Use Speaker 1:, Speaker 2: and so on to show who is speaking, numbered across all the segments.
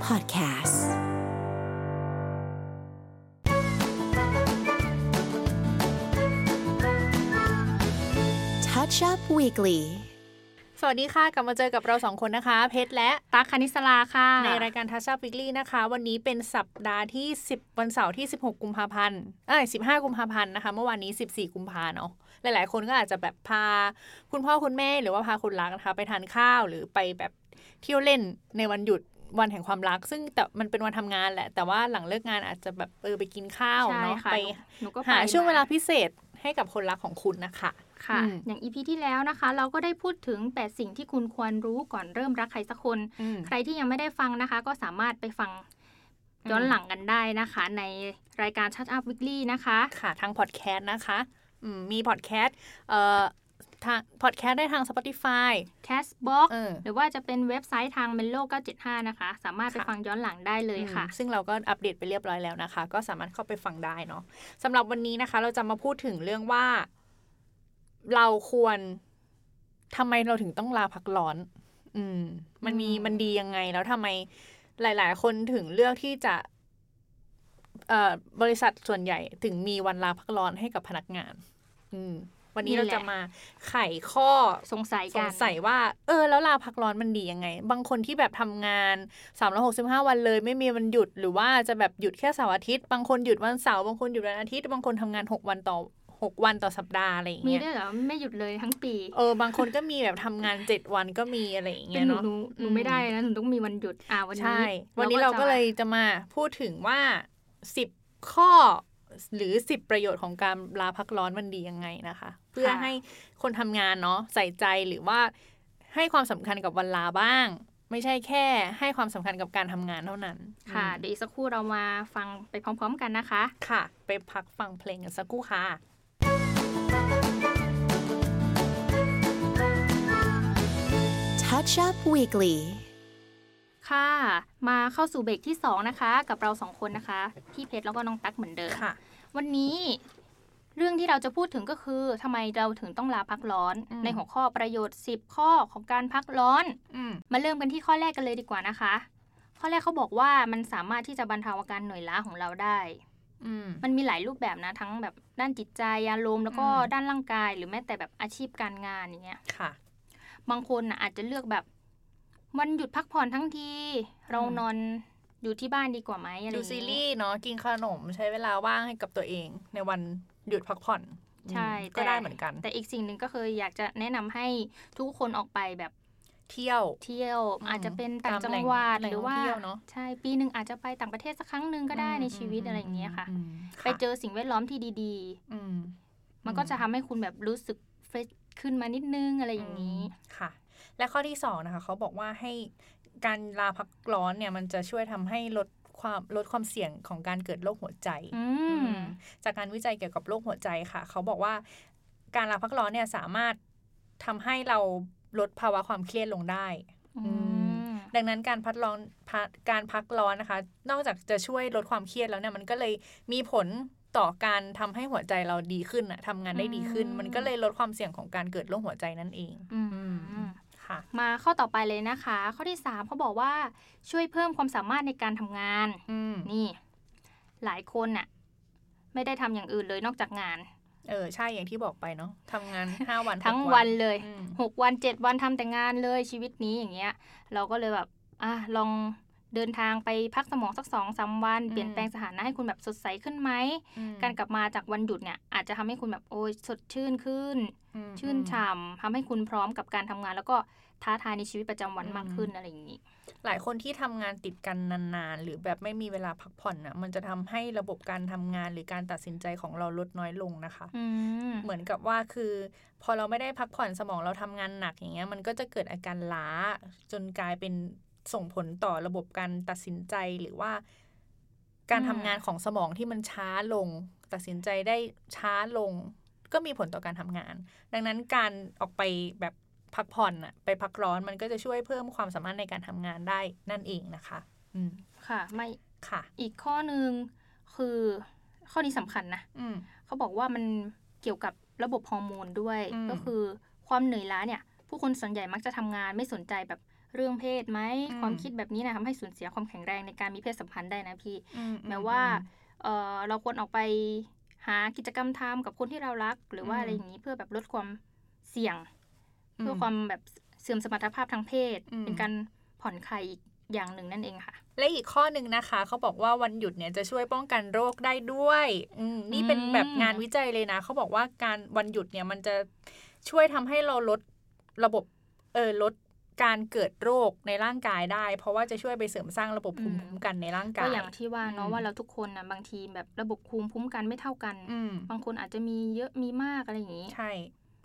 Speaker 1: Podcasts. Touch Up Weekly.
Speaker 2: สวัสดีค่ะ กลับมาเจอกับเราสองคนนะคะ เพชรและ
Speaker 3: ตั๊กคณิสลาค่ะ
Speaker 2: ในรายการทัชชัพวิกลี่นะคะ วันนี้เป็นสัปดาห์ที่ 10 วันเสาร์ที่ 16 กุมภาพันธ์เอ้ย15 กุมภาพันธ์นะคะ เมื่อวานนี้ 14 กุมภาเนาะหลาย ๆ คนก็อาจจะแบบพา คุณพ่อคุณแม่หรือว่าพาคนรักนะคะ ไปทานข้าวหรือไปแบบเที่ยวเล่นในวันหยุดวันแห่งความรัก ซึ่งแต่มันเป็นวันทำงานแหละ แต่ว่าหลังเลิกงานอาจจะแบบเออไปกินข้าว
Speaker 3: ใช่
Speaker 2: เนาะ
Speaker 3: ค่ะ
Speaker 2: ไป
Speaker 3: หนูก็ไป
Speaker 2: หาช่วงเวลา
Speaker 3: มา
Speaker 2: พิเศษให้กับคนรักของคุณนะคะ
Speaker 3: ค่ะ
Speaker 2: อืม
Speaker 3: อย่างอีพีที่แล้วนะคะ เราก็ได้พูดถึง 8 สิ่งที่คุณควรรู้ก่อนเริ่มรักใครสักคน
Speaker 2: อืม
Speaker 3: ใครที่ยังไม่ได้ฟังนะคะ ก็สามารถไปฟัง
Speaker 2: อืม
Speaker 3: ย้อนหลังกันได้นะคะ ในรายการ Shut Up Weekly นะคะ
Speaker 2: ค่ะทางพอดแคสต์นะคะอืมมีพอดแคสต์เอ่อทางพอดแคสต์ได้ทาง Spotify
Speaker 3: c a s t b o x
Speaker 2: เออ
Speaker 3: หรือว่าจะเป็นเว็บไซต์ทาง m e l o 975 นะคะ สามารถไปฟังย้อนหลังได้เลยค่ะ
Speaker 2: อืมซึ่งเราก็อัปเดตไปเรียบร้อยแล้วนะคะ ก็สามารถเข้าไปฟังได้เนาะสำหรับวันนี้นะคะ เราจะมาพูดถึงเรื่องว่า เราควรทำไมเราถึงต้องลาพักร้อน อืม มันมี
Speaker 3: อืม
Speaker 2: มันดียังไงแล้วทำไมหลาย ๆ คนถึงเลือกที่จะเอ่อบริษัทส่วนใหญ่ถึงมีวันลาพักร้อนให้กับพนักงาน อืม วันนี้เราจะมาไขข้อ
Speaker 3: สงสัย
Speaker 2: ส
Speaker 3: กั
Speaker 2: ง
Speaker 3: น
Speaker 2: สัยว่า เออ แล้วลาพักร้อนมันดียังไง บางคนที่แบบทำงาน 365 วันเลย ไม่มีวันหยุดหรือว่าจะแบบหยุดแค่เสาร์อาทิตย์บางคนหยุดวันเสาร์บางคนหยุดวันอาทิตย์บางคนทำงาน 6 วันต่อ 6 วันต่อสัปดาห์อะไรอย่าง
Speaker 3: มี
Speaker 2: เงี้ย
Speaker 3: ด้วยเหรอไม่หยุดเลยทั้งปี
Speaker 2: เออบางคนก็มีแบบทำงาน 7 วันก็มีอะไรอย่าง
Speaker 3: เป็
Speaker 2: เงี้
Speaker 3: น
Speaker 2: ย
Speaker 3: หนู
Speaker 2: เนาะ
Speaker 3: หนูหนู
Speaker 2: อืม
Speaker 3: ไม่ได้นะหนูต้องมีวันหยุดอ่าวัน
Speaker 2: ใช่
Speaker 3: นี้
Speaker 2: วันนี้เราก็
Speaker 3: จะ
Speaker 2: เลยจะมาพูดถึงว่า 10 ข้อ หรือ 10 ประโยชน์ของการลาพักร้อนมันดียังไงนะคะ เพื่อให้คนทำงานเนาะใส่ใจหรือว่าให้ความสำคัญกับวันลาบ้าง ไม่ใช่แค่ให้ความสำคัญกับการทำงานเท่านั้น
Speaker 3: ค่ะ
Speaker 2: อืม
Speaker 3: เดี๋ยวอีกสักครู่เรามาฟังไปพร้อมๆกันนะคะ
Speaker 2: ค่ะ ไปพักฟังเพลงกันสักครู่ค่ะ
Speaker 1: Touch Up Weekly.
Speaker 3: ค่ะ มาเข้าสู่เบรกที่ 2 นะคะ กับเรา 2 คนนะคะ พี่เพชรแล้วก็น้องตั๊กเหมือนเดิม
Speaker 2: ค่ะ
Speaker 3: วันนี้เรื่องที่เราจะพูดถึงก็คือทำไมเราถึงต้องลาพักร้อน
Speaker 2: อืม
Speaker 3: ในหัวข้อประโยชน์ 10 ข้อของการพักร้อน
Speaker 2: อืม
Speaker 3: มาเริ่มกันที่ข้อแรกกันเลยดีกว่านะคะ ข้อแรกเขาบอกว่ามันสามารถที่จะบรรเทาอาการเหนื่อยล้าของเราได้
Speaker 2: อืม
Speaker 3: มันมีหลายรูปแบบนะ ทั้งแบบด้านจิตใจอารมณ์แล้วก็
Speaker 2: อืม
Speaker 3: ด้านร่างกาย หรือแม้แต่แบบอาชีพการงานอย่างเงี้ย
Speaker 2: ค่ะ
Speaker 3: บางคนน่ะอาจจะเลือกแบบ วันหยุดพักผ่อนทั้งที เรา
Speaker 2: อืม
Speaker 3: นอนอยู่ที่บ้านดีกว่าไหมอะไรอ
Speaker 2: ดู
Speaker 3: ย่าง
Speaker 2: ซี
Speaker 3: เงี้ย
Speaker 2: รีส์เนาะกินขนมใช้เวลาว่างให้กับตัวเองในวันหยุดพักผ่อนอืม
Speaker 3: ใช่
Speaker 2: ก็
Speaker 3: แต่
Speaker 2: ได้เหมือนกัน
Speaker 3: แต่อีกสิ่งหนึ่งก็คืออยากจะแนะนำให้ทุกคนออกไปแบบ
Speaker 2: เที่ยว
Speaker 3: เที่ยว
Speaker 2: อืม
Speaker 3: อาจจะเป็นต่างจังหวัด
Speaker 2: ตามแหล่ง
Speaker 3: หรือว่า
Speaker 2: แหล่งท่องเที่ยวเนอะ
Speaker 3: ใช่ปีหนึ่งอาจจะไปต่างประเทศสักครั้งหนึ่งก็ได้ในชีวิตอะไรอย่างเงี้ยค่ะ ไปเจอสิ่งแวดล้อมที่ดี
Speaker 2: ม
Speaker 3: ๆ มันก็จะทำให้คุณแบบรู้สึกเฟรชขึ้นมานิดนึงอะไรอย่างนี้
Speaker 2: ค่ะ และข้อที่สองนะคะเขาบอกว่าให้การลาพักร้อนเนี่ยมันจะช่วยทำให้ลดความลดความเสี่ยงของการเกิดโรคหัวใจ
Speaker 3: อืม
Speaker 2: อืมจากการวิจัยเกี่ยวกับโรคหัวใจค่ะ เขาบอกว่าการลาพักร้อนเนี่ยสามารถทำให้เราลดภาวะความเครียดลงได้
Speaker 3: อืม
Speaker 2: ดังนั้นการพักร้อนพักการพักร้อนนะคะ นอกจากจะช่วยลดความเครียดแล้วเนี่ยมันก็เลยมีผลต่อการทำให้หัวใจเราดีขึ้นอะทำงานได้ดีขึ้น
Speaker 3: อืม
Speaker 2: มันก็เลยลดความเสี่ยงของการเกิดโรคหัวใจนั่นเอง
Speaker 3: อื
Speaker 2: อื
Speaker 3: ม
Speaker 2: มค่ะ
Speaker 3: มาข้อต่อไปเลยนะคะ ข้อที่ 3เขาบอกว่าช่วยเพิ่มความสามารถในการทำงาน
Speaker 2: อืม
Speaker 3: นี่ หลายคนน่ะ ไม่ได้ทำอย่างอื่นเลยนอกจากงาน
Speaker 2: เออ ใช่อย่างที่บอกไปเนาะทำงาน ห้าวัน
Speaker 3: ทั้ง
Speaker 2: หก
Speaker 3: วันเลย
Speaker 2: อืม
Speaker 3: หกวันเจ็ดวันทำแต่งานเลยชีวิตนี้อย่างเงี้ย เราก็เลยแบบอ่ะลองเดินทางไปพักสมองสักสองสามวัน เปลี่ยนแปลงสถานะให้คุณแบบสดใสขึ้นไหม
Speaker 2: อืม
Speaker 3: การกลับมาจากวันหยุดเนี่ย อาจจะทำให้คุณแบบโอ้ยสดชื่นขึ้น
Speaker 2: อืม
Speaker 3: ชื่นฉ่ำทำให้คุณพร้อมกับการทำงาน แล้วก็ท้าทายในชีวิตประจำวันมากขึ้นอะไรอย่างนี้
Speaker 2: หลายคนที่ทำงานติดกันนานๆ หรือแบบไม่มีเวลาพักผ่อนน่ะ มันจะทำให้ระบบการทำงานหรือการตัดสินใจของเราลดน้อยลงนะคะ
Speaker 3: อืม
Speaker 2: เหมือนกับว่าคือ พอเราไม่ได้พักผ่อนสมองเราทำงานหนักอย่างเงี้ย มันก็จะเกิดอาการล้า จนกลายเป็นส่งผลต่อระบบการตัดสินใจหรือว่า การ
Speaker 3: อืม
Speaker 2: ทำงานของสมองที่มันช้าลง ตัดสินใจได้ช้าลง ก็มีผลต่อการทำงาน ดังนั้นการออกไปแบบพักผ่อนอะไปพักร้อนมันก็จะช่วยเพิ่มความสามารถในการทำงานได้นั่นเองนะคะ อืม
Speaker 3: ค่ะไม่
Speaker 2: ค่ะ
Speaker 3: อีกข้อหนึ่งคือข้อนี้สำคัญนะ
Speaker 2: อืม
Speaker 3: เขาบอกว่ามันเกี่ยวกับระบบฮอร์โมนด้วย
Speaker 2: อืม
Speaker 3: ก็คือความเหนื่อยล้าเนี่ย ผู้คนส่วนใหญ่มักจะทำงานไม่สนใจแบบ เรื่องเพศไหม
Speaker 2: อืม
Speaker 3: ความคิดแบบนี้นะทำให้สูญเสียความแข็งแรงในการมีเพศสัมพันธ์ได้นะพี่
Speaker 2: อื
Speaker 3: แม้ว่า เอ่อเราควรออกไปหากิจกรรมทำกับคนที่เรารัก หรือว่าอะไรอย่างนี้เพื่อแบบลดความเสี่ยง
Speaker 2: อื
Speaker 3: เพื่อความแบบเสื่อมสมรรถภาพทางเพศ
Speaker 2: อืม
Speaker 3: เป็นการผ่อนคลายอีกอย่างหนึ่งนั่นเองค่ะ
Speaker 2: และอีกข้อหนึ่งนะคะเขาบอกว่าวันหยุดเนี่ยจะช่วยป้องกันโรคได้ด้วยอืมนี่เป็น
Speaker 3: อืม
Speaker 2: แบบงานวิจัยเลยนะเขาบอกว่าการวันหยุดเนี่ยมันจะช่วยทำให้เราลดระบบเออลดการเกิดโรคในร่างกายได้ เพราะว่าจะช่วยไปเสริมสร้างระบบภูมิคุ้มกันในร่าง
Speaker 3: ก็
Speaker 2: กาย
Speaker 3: อย่างที่ว่าเนาะ
Speaker 2: อืม
Speaker 3: ว่าเราทุกคนนะบางทีแบบระบบภูมิคุ้มกันไม่เท่ากัน
Speaker 2: อืม
Speaker 3: บางคนอาจจะมีเยอะมีมากอะไรอย่างนี้
Speaker 2: ใช่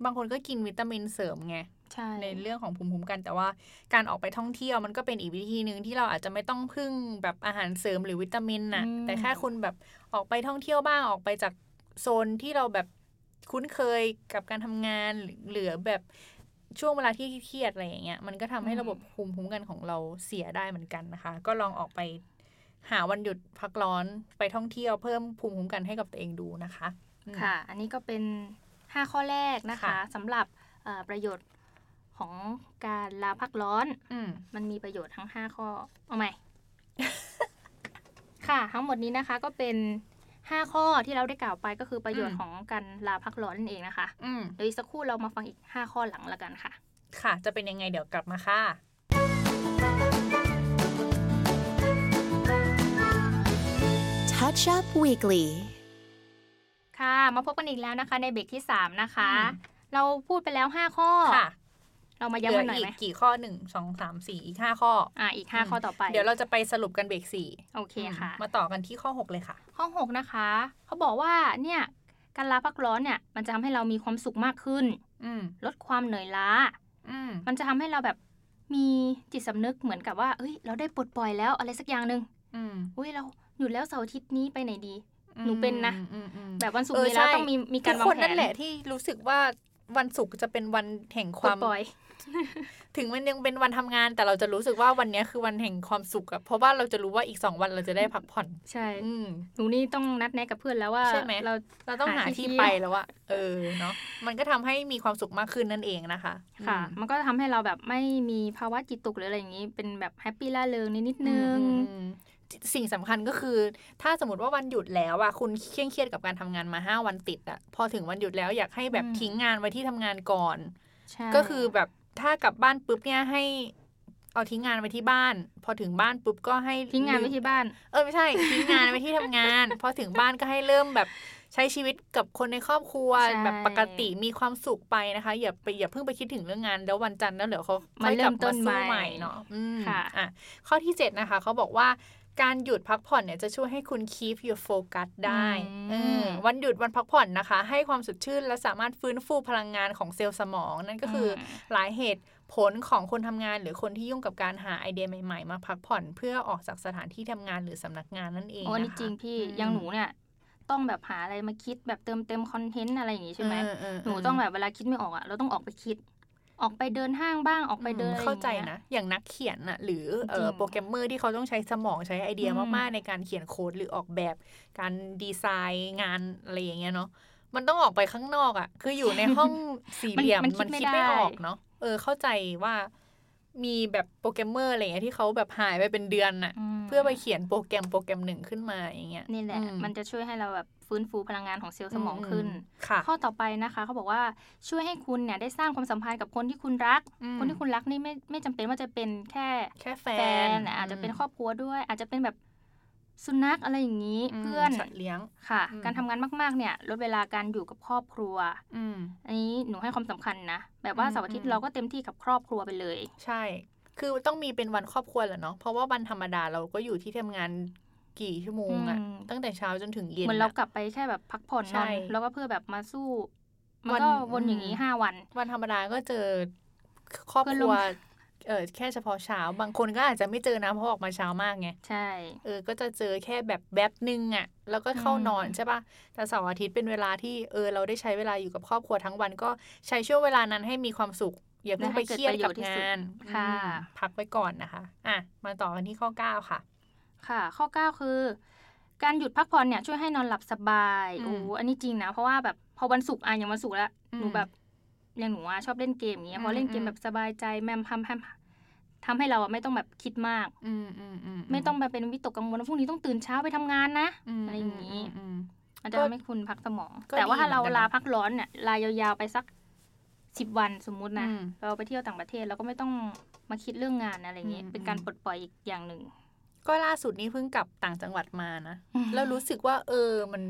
Speaker 2: บางคนก็กินวิตามินเสริมไง
Speaker 3: ใช่
Speaker 2: ในเรื่องของภูมิคุ้มกันแต่ว่าการออกไปท่องเที่ยวมันก็เป็นอีกวิธีหนึ่งที่เราอาจจะไม่ต้องพึ่งแบบอาหารเสริมหรือวิตามินน่ะ แต่แค่คุณแบบออกไปท่องเที่ยวบ้างออกไปจากโซนที่เราแบบคุ้นเคยกับการทำงานหรือหรือแบบช่วงเวลาที่เครียดอะไรอย่างเงี้ยมันก็ทำให้ระบบภูมิคุ้มกันของเราเสียได้เหมือนกันนะคะ ก็ลองออกไปหาวันหยุดพักร้อนไปท่องเที่ยวเพิ่มภูมิคุ้มกันให้กับตัวเองดูนะคะอืม
Speaker 3: ค่ะ อันนี้ก็เป็น 5 ข้อแรกนะคะ
Speaker 2: ค่ะ
Speaker 3: สำหรับเอ่อประโยชน์ของการลาพักร้อน
Speaker 2: อืม
Speaker 3: มันมีประโยชน์ทั้ง 5 ข้อ เอาใหม่ ค่ะ ทั้งหมดนี้นะคะก็เป็น 5 ข้อที่เราได้กล่าวไปก็คือประโยชน์
Speaker 2: อืม
Speaker 3: ของการลาพักร้อนนั่นเองนะคะ
Speaker 2: อืม
Speaker 3: เดี๋ยวอีกสักครู่เรามาฟังอีก 5 ข้อหลังละกันค่ะ
Speaker 2: ค่ะ จะเป็นยังไงเดี๋ยวกลับมาค่ะ
Speaker 1: Touch Up Weekly.
Speaker 3: ค่ะ มาพบกันอีกแล้วนะคะ ในเบรกที่ 3 นะคะ
Speaker 2: อืม
Speaker 3: เราพูดไปแล้ว 5 ข้อ
Speaker 2: ค่ะ
Speaker 3: เรามา
Speaker 2: เหลือ
Speaker 3: ย้ำกันหน่อย
Speaker 2: อี
Speaker 3: ไห
Speaker 2: ก
Speaker 3: ม
Speaker 2: กี่ข้อหนึ่งสองสามสี่อีกห้าข้อ
Speaker 3: อ่ะอีก 5 ข้อต่อไป
Speaker 2: เดี๋ยวเราจะไปสรุปกันเบรกสี่
Speaker 3: โอเคค่ะ
Speaker 2: มาต่อกันที่ข้อหกเลยค่ะ
Speaker 3: ข้อ6นะคะ เขาบอกว่าเนี่ยการลาพักร้อนเนี่ยมันจะทำให้เรามีความสุขมากขึ้น
Speaker 2: อืม
Speaker 3: ลดความเหนื่อยล้า
Speaker 2: อืม
Speaker 3: มันจะทำให้เราแบบมีจิตสำนึกเหมือนกับว่าเอ้ย เราได้ปลดปล่อยแล้วอะไรสักอย่างหนึ่ง
Speaker 2: อืม
Speaker 3: อุ้ยเราหยุดแล้วเสาร์อาทิตย์นี้ไปไหนดี หนูเป็นนะ
Speaker 2: อืมอืม
Speaker 3: แบบวันศุก
Speaker 2: เอ
Speaker 3: ร์
Speaker 2: อ
Speaker 3: นี้แล้ว
Speaker 2: ใช่
Speaker 3: ต้องมีมีกา
Speaker 2: ทุก
Speaker 3: รวาง
Speaker 2: คน
Speaker 3: แผ
Speaker 2: นั่
Speaker 3: น
Speaker 2: นแหละที่รู้สึกว่าวันศุกร์จะเป็นวันแห่งค
Speaker 3: ปล
Speaker 2: วา
Speaker 3: ด
Speaker 2: ม
Speaker 3: ปล่อย
Speaker 2: ถึงมันยังเป็นวันทำงาน แต่เราจะรู้สึกว่าวันเนี้ยคือวันแห่งความสุขอะเพราะว่าเราจะรู้ว่าอีกสองวันเราจะได้พักผ่อน
Speaker 3: ใช่
Speaker 2: อืม
Speaker 3: หนูนี่ต้องนัดแนะกับเพื่อนแล้วว่า
Speaker 2: ใช่ไหม
Speaker 3: เรา
Speaker 2: เราต้องหา
Speaker 3: หาที่
Speaker 2: ที่
Speaker 3: เที่ยว
Speaker 2: ไปแล้วอะเออเนาะมันก็ทำให้มีความสุขมากขึ้นนั่นเองนะคะ
Speaker 3: ค่ะ
Speaker 2: อืม
Speaker 3: มันก็ทำให้เราแบบไม่มีภาวะจิตตกหรืออะไรอย่างนี้ เป็นแบบแฮปปี้ล่าเริงนิดๆนึง
Speaker 2: อืมอืมสิ่งสำคัญก็คือ ถ้าสมมติว่าวันหยุดแล้วอะคุณเคร่งเครียดกับการทำงานมาห้าวันติดอะพอถึงวันหยุดแล้วอยากให้แบบ
Speaker 3: อืม
Speaker 2: ทิ้งงานไว้ที่ทำงานก่อน
Speaker 3: ใช่
Speaker 2: ก็คือแบบถ้ากลับบ้านปุ๊บเนี่ยให้เอาทิ้งงานไว้ที่บ้าน พอถึงบ้านปุ๊บก็ให้
Speaker 3: ทิ้งงานไว้ที่บ้าน
Speaker 2: เออไม่ใช่ ทิ้งงานไว้ที่ทำงาน พอถึงบ้านก็ให้เริ่มแบบใช้ชีวิตกับคนในครอบครัว
Speaker 3: ใช่
Speaker 2: แบบปกติมีความสุขไปนะคะอย่าไปอย่าเพิ่งไปคิดถึงเรื่องงานแล้ววันจันทร์แล้วเดี๋ยวเขาค่อยกลับมาสู้ใหม่เนาะ อืม
Speaker 3: ค่ะ
Speaker 2: อ่ะ ข้อที่ 7 นะคะ เขาบอกว่าการหยุดพักผ่อนเนี่ยจะช่วยให้คุณ keep your focus ได้
Speaker 3: อืม
Speaker 2: เออวันหยุดวันพักผ่อนนะคะ ให้ความสดชื่นและสามารถฟื้นฟูพลังงานของเซลล์สมอง นั่นก็คืออหลายเหตุผลของคนทำงาน หรือคนที่ยุ่งกับการหาไอเดียใหม่ๆ มาพักผ่อนเพื่อออกจากสถานที่ทำงานหรือสำนักงานนั่นเอง
Speaker 3: โอ้อันนี่
Speaker 2: นะคะ
Speaker 3: จริงพี่
Speaker 2: ม
Speaker 3: อย่างหนูเนี่ยต้องแบบหาอะไรมาคิดแบบเติมเต็มคอนเทนต์อะไรอย่างนี้ใช่ไหม
Speaker 2: เออเเ
Speaker 3: หนูต้องแบบเวลาคิดไม่ออกอะเราต้องออกไปคิด ออกไปเดินห้างบ้างออกไปเดิน
Speaker 2: อืม
Speaker 3: อะไรอย่
Speaker 2: เข้าง
Speaker 3: งี้ย
Speaker 2: ใจนะ อย่างนักเขียนน่ะหรือเอ่อ
Speaker 3: จริง
Speaker 2: โปรแกรมเมอร์ที่เขาต้องใช้สมองใช้ไอเดีย
Speaker 3: อืม
Speaker 2: มาก ๆ ในการเขียนโค้ดหรือออกแบบการดีไซน์งานอะไรอย่างเงี้ยเนาะมันต้องออกไปข้างนอกอะ่ะ คืออยู่ในห้อง สี่เหลี่ยมมันคิดไม่ออกเนาะเออเข้าใจว่ามีแบบโปรแกรมเมอร์อะไรอย่างเงี้ยที่เขาแบบหายไปเป็นเดือนน่ะ
Speaker 3: ม
Speaker 2: เพื่อไปเขียนโปรแกรมโปรแกรมหนึ่งขึ้นมาอย่างเงี้ย
Speaker 3: นี่แหละ
Speaker 2: อื
Speaker 3: มันจะช่วยให้เราแบบฟื้นฟูพลังงานของเซลล์สมองขึ้น
Speaker 2: ค่ะ
Speaker 3: ข้อต่อไปนะคะเขาบอกว่าช่วยให้คุณเนี่ยได้สร้างความสัมพันธ์กับคนที่คุณรัก
Speaker 2: อืม
Speaker 3: คนที่คุณรักนี่ไม่ไม่จำเป็นว่าจะเป็นแค่
Speaker 2: แค่แฟ
Speaker 3: แฟ
Speaker 2: น
Speaker 3: นอาจจะเป็นครอบครัวด้วย อาจจะเป็นแบบสุนัขอะไรอย่างนี้
Speaker 2: ม
Speaker 3: เพื่อน
Speaker 2: สัตว์เลี้ยง
Speaker 3: ค่ะ
Speaker 2: อืม
Speaker 3: การทำงานมากๆเนี่ยลดเวลาการอยู่กับครอบครัว
Speaker 2: อืม
Speaker 3: อันนี้หนูให้ความสำคัญนะแบบว่า
Speaker 2: อืม
Speaker 3: เสาร์อาทิต
Speaker 2: อื
Speaker 3: ย์
Speaker 2: ม
Speaker 3: เราก็เต็มที่กับครอบครัวไปเลย
Speaker 2: ใช่ คือต้องมีเป็นวันครอบครัวแหละเนาะ เพราะว่าวันธรรมดาเราก็อยู่ที่ทำงานกี่ชั่วโมงอะ
Speaker 3: อืม
Speaker 2: ตั้งแต่เช้าจนถึงเย็น
Speaker 3: เหมือนเรา
Speaker 2: อะ
Speaker 3: กลับไปแค่แบบพักผ่อนน
Speaker 2: ใช่
Speaker 3: อนแล้วก็เพื่อแบบมาสู้มั
Speaker 2: วัน น
Speaker 3: ก็วนอย่างนี้
Speaker 2: อืม
Speaker 3: ห้าวัน
Speaker 2: วันธรรมดาก็เจอครอบ
Speaker 3: เพื่อน
Speaker 2: ค
Speaker 3: ร่
Speaker 2: รั
Speaker 3: ว
Speaker 2: ว
Speaker 3: ม
Speaker 2: เออแค่เฉพาะเช้า บางคนก็อาจจะไม่เจอนะเพราะออกมาเช้ามากไง
Speaker 3: ใช่
Speaker 2: เออ ก็จะเจอแค่แบบแป๊บนึงอะแล้วก็เข้านอน
Speaker 3: อืม
Speaker 2: ใช่ปะแต่เสาร์อาทิตย์เป็นเวลาที่เออเราได้ใช้เวลาอยู่กับครอบครัวทั้งวันก็ใช้ช่วงเวลานั้นให้มีความสุข อย่าเพิ่งไปเครียดกับงาน
Speaker 3: ค่ะ
Speaker 2: อืมพักไว้ก่อนนะคะ อ่ะ มาต่อกันที่ข้อเก้าค่ะ
Speaker 3: ค่ะ ข้อ 9 คือ การหยุดพักผ่อนเนี่ยช่วยให้นอนหลับสบาย
Speaker 2: อืม
Speaker 3: โอ้โหอันนี้จริงนะ เพราะว่าแบบพอวันศุกร์อ่ะอย่างวันศุกร์ละ
Speaker 2: อืม
Speaker 3: หนูแบบอย่างหนูอ่ะชอบเล่นเกมอย่างเงี้ยพอเล่นเกม
Speaker 2: อืม
Speaker 3: แบบสบายใจแมมพัมแพมท ทำให้เราอะไม่ต้องแบบคิดมาก
Speaker 2: อืมอืมอืม
Speaker 3: ไม่ต้องมาเป็นวิตกกังวลว่าพรุ่งนี้ต้องตื่นเช้าไปทำงานนะ
Speaker 2: ม
Speaker 3: อะไรอย่างนี้
Speaker 2: มอืม
Speaker 3: อาจจะทำให้คุณพักสมอง
Speaker 2: ก็
Speaker 3: แต่ว่า
Speaker 2: ดี
Speaker 3: ถ้าเรา
Speaker 2: เหมือนกัน
Speaker 3: ลา
Speaker 2: เนอะ
Speaker 3: พักร้อนเนี่ยลายาวๆไปสักสิบวันสมมุตินะ
Speaker 2: อืม
Speaker 3: เราไปเที่ยวต่างประเทศเราก็ไม่ต้องมาคิดเรื่องงานอะไรอย่างนี้
Speaker 2: อืม
Speaker 3: เป็นการปลดปล่อยอีกอย่างหนึ่ง
Speaker 2: ก็ล่าสุดนี้เพิ่งกลับต่างจังหวัดมานะ แล้วรู้สึกว่า เออมัน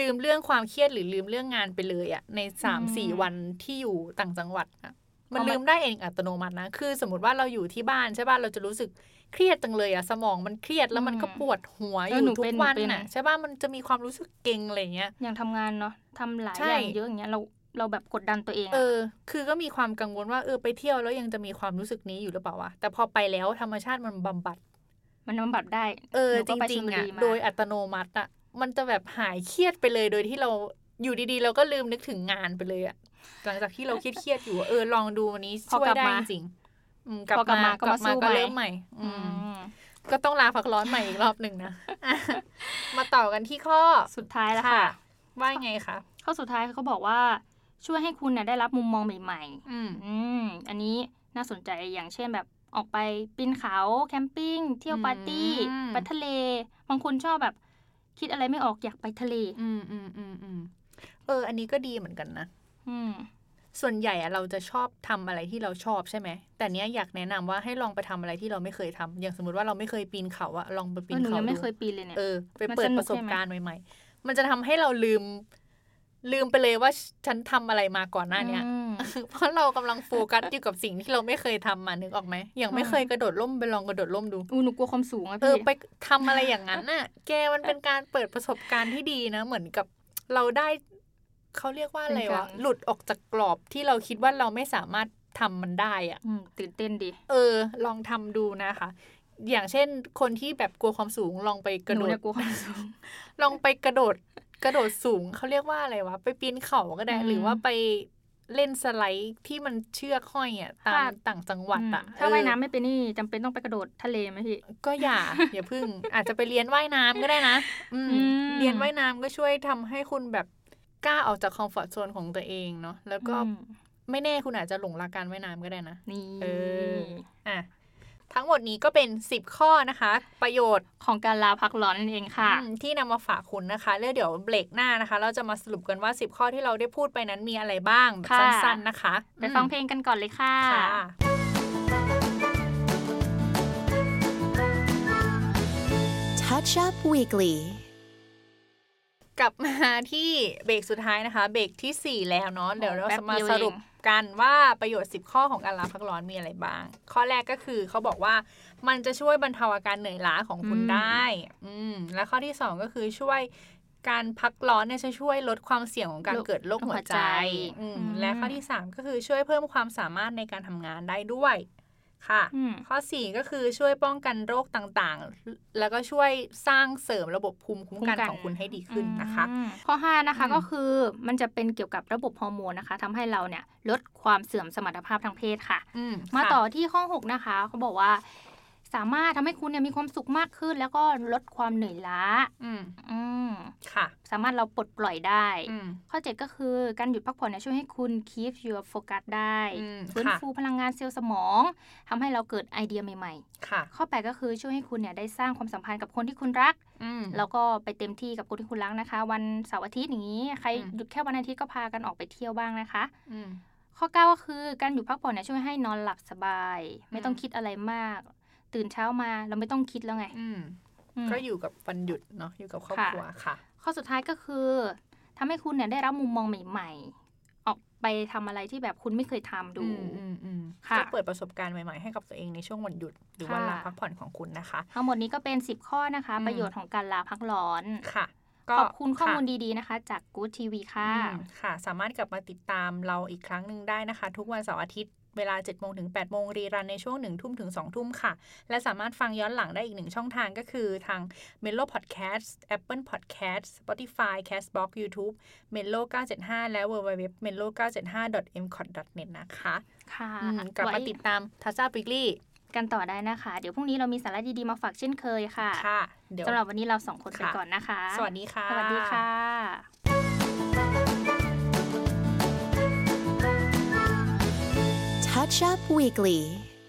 Speaker 2: ลืมเรื่องความเครียดหรือลืมเรื่องงานไปเลยอะในสามสี่
Speaker 3: อืม
Speaker 2: วันที่อยู่ต่างจังหวัดอะมัน
Speaker 3: เพราะมัน
Speaker 2: ลืมได้เองอัตโนมัตินะ คือสมมติว่าเราอยู่ที่บ้านใช่ป่ะเราจะรู้สึกเครียดจังเลยอะสมองมันเครียดแล้วมันก็ปวดหัวอยู่ทุกวันน่ะใช่ป่ะมันจะมีความรู้สึกเกร็งอะไรอย่างเงี้ย
Speaker 3: อย่างทำงานเนาะทำหลาย
Speaker 2: ใช่
Speaker 3: อย่างเยอะอย่างเงี้ยเราเราแบบกดดันตัวเองอะ
Speaker 2: เออ คือก็มีความกังวลว่าเออไปเที่ยวแล้วยังจะมีความรู้สึกนี้อยู่หรือเปล่าวะแต่พอไปแล้วธรรมชาติมันบำบัด
Speaker 3: มันบำบัดได้
Speaker 2: เออ
Speaker 3: หนู
Speaker 2: จ
Speaker 3: ก็ไป
Speaker 2: ริง
Speaker 3: ชล
Speaker 2: ๆ
Speaker 3: บุรี
Speaker 2: อ่ะ
Speaker 3: มา
Speaker 2: โดยอัตโนมัติอ่ะมันจะแบบหายเครียดไปเลยโดยที่เราอยู่ดีๆ เราก็ลืมนึกถึงงานไปเลยอ่ะหลังจากที่เราเครียดๆอยู่อะเออลองดูวันนี้
Speaker 3: พอ
Speaker 2: ช่วย
Speaker 3: กลับ
Speaker 2: ได้
Speaker 3: มา
Speaker 2: จริงๆอืมกลับ
Speaker 3: พอกลั
Speaker 2: มาม
Speaker 3: บาก ก็
Speaker 2: ลับ
Speaker 3: มาสู้
Speaker 2: มาก็
Speaker 3: ใหม่
Speaker 2: เริ่มใหม่ อืม
Speaker 3: อืม
Speaker 2: ก็ต้องลาพักร้อนใหม่อีกรอบหนึ่ง นะอ่ะมาต่อกันที่ข้อ
Speaker 3: สุดท้ายแล้วค่ะ
Speaker 2: ว่าไงคะ
Speaker 3: ข้อสุดท้ายเขาบอกว่าช่วยให้คุณเนี่ยได้รับมุมมองใหม่
Speaker 2: อืม
Speaker 3: ๆ อืมอันนี้น่าสนใจอย่างเช่นแบบออกไปปีนเขาแคมปิ้ง เที่ยวปาร์ตี้
Speaker 2: อืม
Speaker 3: ไปทะเล บางคนชอบแบบ คิดอะไรไม่ออกอยากไปทะเล
Speaker 2: อืมอืมอืมอืมเออ อันนี้ก็ดีเหมือนกันนะ
Speaker 3: อืม
Speaker 2: ส่วนใหญ่อะเราจะชอบทำอะไรที่เราชอบใช่ไหม แต่เนี้ยอยากแนะนำว่าให้ลองไปทำอะไรที่เราไม่เคยทำอย่างสมมติว่าเราไม่เคยปีนเขาอะลองไปปี
Speaker 3: เอน อหนู
Speaker 2: เขา
Speaker 3: ยัง
Speaker 2: ดู
Speaker 3: ไม่เคยปีนเลยเนี่ย
Speaker 2: เออไปเปิด
Speaker 3: มันสนุก
Speaker 2: ประสบ
Speaker 3: ใช่ไหม
Speaker 2: การณ์ใหม่ๆ มันจะทำให้เราลืม ลืมไปเลยว่าฉันทำอะไรมาก่อนหน้าเนี้ย
Speaker 3: ม
Speaker 2: เพราะเรากำลังโฟกัสอยู่กับสิ่งที่เราไม่เคยทำมานึกออกไหมอย่างไม่
Speaker 3: อืม
Speaker 2: เคยกระโดดร่มไปลองกระโดดร่มดู
Speaker 3: อูหนูกลัวความสูงอะ
Speaker 2: เอ
Speaker 3: พี่
Speaker 2: อไปทำอะไรอย่างนั้นน่ะ แกมันเป็นการเปิดประสบการณ์ที่ดีนะ เหมือนกับเราได้เขาเรียกว่าอะไรวะหลุดออกจากกรอบที่เราคิดว่าเราไม่สามารถทำมันได้อะ
Speaker 3: อืมตื่นเต้นดี
Speaker 2: เออ ลองทำดูนะคะ อย่างเช่นคนที่แบบกลัวความสูงลองไปกระ
Speaker 3: หนู
Speaker 2: โดด
Speaker 3: เนี่ยกลัวความสูง
Speaker 2: ลองไปกระโดดกระโดดสูงเขาเรียกว่าอะไรวะ ไปปีนเขาก็ได้
Speaker 3: อืม
Speaker 2: หรือว่าไปเล่นสไลด์ที่มันเชือกห้อยอ่ะตาม
Speaker 3: ค่ะ
Speaker 2: ต่างจังหวัดอ่ะ
Speaker 3: อืมถ้า
Speaker 2: เออ
Speaker 3: ว่ายน้ำไม่เป็นนี่จำเป็นต้องไปกระโดดทะเลไหมพี่
Speaker 2: ก็อย่า อย่าพึ่ง อาจจะไปเรียนว่ายน้ำก็ได้นะ อืม
Speaker 3: อืม
Speaker 2: เรียนว่ายน้ำก็ช่วยทำให้คุณแบบกล้าออกจากคอมฟอร์ทโซนของตัวเองเนาะแล้วก็
Speaker 3: อืม
Speaker 2: ไม่แน่คุณอาจจะหลงรักการว่ายน้ำก็ได้นะ
Speaker 3: นี่
Speaker 2: เออ อ่ะทั้งหมดนี้ก็เป็น 10 ข้อนะคะ ประโยชน์
Speaker 3: ของการลาพักร้อนนั่นเองค่ะ
Speaker 2: อืมที่นำมาฝากคุณนะคะ แล้วเดี๋ยวเบรกหน้านะคะ เราจะมาสรุปกันว่า 10 ข้อที่เราได้พูดไปนั้นมีอะไรบ้างแบบ
Speaker 3: ค่ะ
Speaker 2: สั้นๆนะคะ
Speaker 3: ไปฟังเพลงกันก่อนเลยค่ะ
Speaker 2: อืมค่ะ
Speaker 1: Touch Up Weekly.
Speaker 2: กลับมาที่เบรกสุดท้ายนะคะ เบรกทีสี่ 4 แล้วเนาะเดี๋ยวเรา
Speaker 3: แป๊
Speaker 2: จะ
Speaker 3: บ
Speaker 2: มา
Speaker 3: เดียว
Speaker 2: สรุป
Speaker 3: เอ
Speaker 2: กันว่าประโยชน์ 10 ข้อของการลาพักร้อนมีอะไรบ้าง ข้อแรกก็คือเขาบอกว่ามันจะช่วยบรรเทาอาการเหนื่อยล้าของคุณได้ อืมและข้อที่ 2 ก็คือช่วยการพักร้อนเนี่ยจะช่วยลดความเสี่ยงของการ
Speaker 3: โรค
Speaker 2: เกิดโรคหัวใจ
Speaker 3: โรคหัวใจ
Speaker 2: อืม
Speaker 3: อืม
Speaker 2: และข้อที่ 3 ก็คือช่วยเพิ่มความสามารถในการทำงานได้ด้วยค่ะ
Speaker 3: อืม
Speaker 2: ข้อ 4 ก็คือช่วยป้องกันโรคต่างๆ แล้วก็ช่วยสร้างเสริมระบบภูมิคุ้มกันข
Speaker 3: ภูมิคุ้มกัน
Speaker 2: องคุณให้ดีขึ้นนะคะ
Speaker 3: อืมข้อ 5 นะคะ
Speaker 2: อืม
Speaker 3: ก็คือมันจะเป็นเกี่ยวกับระบบฮอร์โมนนะคะทำให้เราเนี่ยลดความเสื่อมสมรรถภาพทางเพศค่ะ
Speaker 2: อื
Speaker 3: มา
Speaker 2: ค่ะ
Speaker 3: ต่อที่ข้อ 6 นะคะเขาบอกว่า สามารถทำให้คุณเนี่ยมีความสุขมากขึ้น แล้วก็ลดความเหนื่อยล้า
Speaker 2: อืม
Speaker 3: อืม
Speaker 2: ค่ะ
Speaker 3: สามารถเราปลดปล่อยได้
Speaker 2: อืม
Speaker 3: ข้อ 7 ก็คือการหยุดพักผ่อนเนี่ยช่วยให้คุณ keep your focus ได้
Speaker 2: อืม
Speaker 3: ฟื้น
Speaker 2: ค่ะ
Speaker 3: ฟูพลังงานเซลล์สมองทำให้เราเกิดไอเดียใหม่
Speaker 2: ค่ะ
Speaker 3: ๆ ข้อ 8 ก็คือช่วยให้คุณเนี่ยได้สร้างความสัมพันธ์กับคนที่คุณรัก
Speaker 2: อืม
Speaker 3: แล้วก็ไปเต็มที่กับคนที่คุณรักนะคะ วันเสาร์อาทิตย์อย่างนี้ใคร
Speaker 2: อืม
Speaker 3: หยุดแค่วันอาทิตย์ก็พากันออกไปเที่ยวบ้างนะคะ
Speaker 2: อืม
Speaker 3: ข้อ 9 ก็คือการหยุดพักผ่อนเนี่ยช่วยให้นอนหลับสบาย ไม่ต้อง
Speaker 2: อืม
Speaker 3: คิดอะไรมาก ตื่นเช้ามาเราไม่ต้องคิดแล้วไง
Speaker 2: อืม
Speaker 3: อืม
Speaker 2: ก็อยู่กับวันหยุดเนาะอยู่กับครอบ
Speaker 3: ค่ะ
Speaker 2: ครัวค่ะ
Speaker 3: ข้อสุดท้ายก็คือทำให้คุณเนี่ยได้รับมุมมองใหม่ ๆ ออกไปทำอะไรที่แบบคุณไม่เคยทำดู
Speaker 2: อืมอืมอืม
Speaker 3: ค่ะ
Speaker 2: ก็เปิดประสบการณ์ใหม่ๆให้กับตัวเองในช่วงวันหยุด หรือวัน
Speaker 3: ค่ะ
Speaker 2: ลาพักผ่อนของคุณนะคะ
Speaker 3: ทั้งหมดนี้ก็เป็น 10 ข้อนะคะ
Speaker 2: อืม
Speaker 3: ประโยชน์ของการลาพักร้อน
Speaker 2: ค่ะ ก็
Speaker 3: ขอบคุณข้อมูล
Speaker 2: ะ
Speaker 3: ดีๆนะคะ จาก Good TV
Speaker 2: อื
Speaker 3: ค่ะ
Speaker 2: มค่ะ สามารถกลับมาติดตามเราอีกครั้งหนึ่งได้นะคะ ทุกวันเสาร์อาทิตย์เวลา7โมงถึง8โมงรีรันในช่วง1ทุ่มถึง2ทุ่มค่ะ และสามารถฟังย้อนหลังได้อีกหนึ่งช่องทางก็คือทาง Melo Podcast Apple Podcast Spotify Castbox YouTube Melo 975 และ www melo 975 m c o t net นะคะ
Speaker 3: ค่ะ
Speaker 2: อืมกลับมาติดตามทัชซ่าปิกลี่
Speaker 3: กันต่อได้นะคะ เดี๋ยวพรุ่งนี้เรามีสาระดีๆ มาฝากเช่นเคยค่ะ
Speaker 2: ค่ะ เดี๋ยว
Speaker 3: สำหรับวันนี้เราสองคนไป
Speaker 2: ค่ะ
Speaker 3: ก่อนนะคะ
Speaker 2: สวัสดีค่ะ
Speaker 3: สวัสดีค่ะ
Speaker 1: Touch Up Weekly.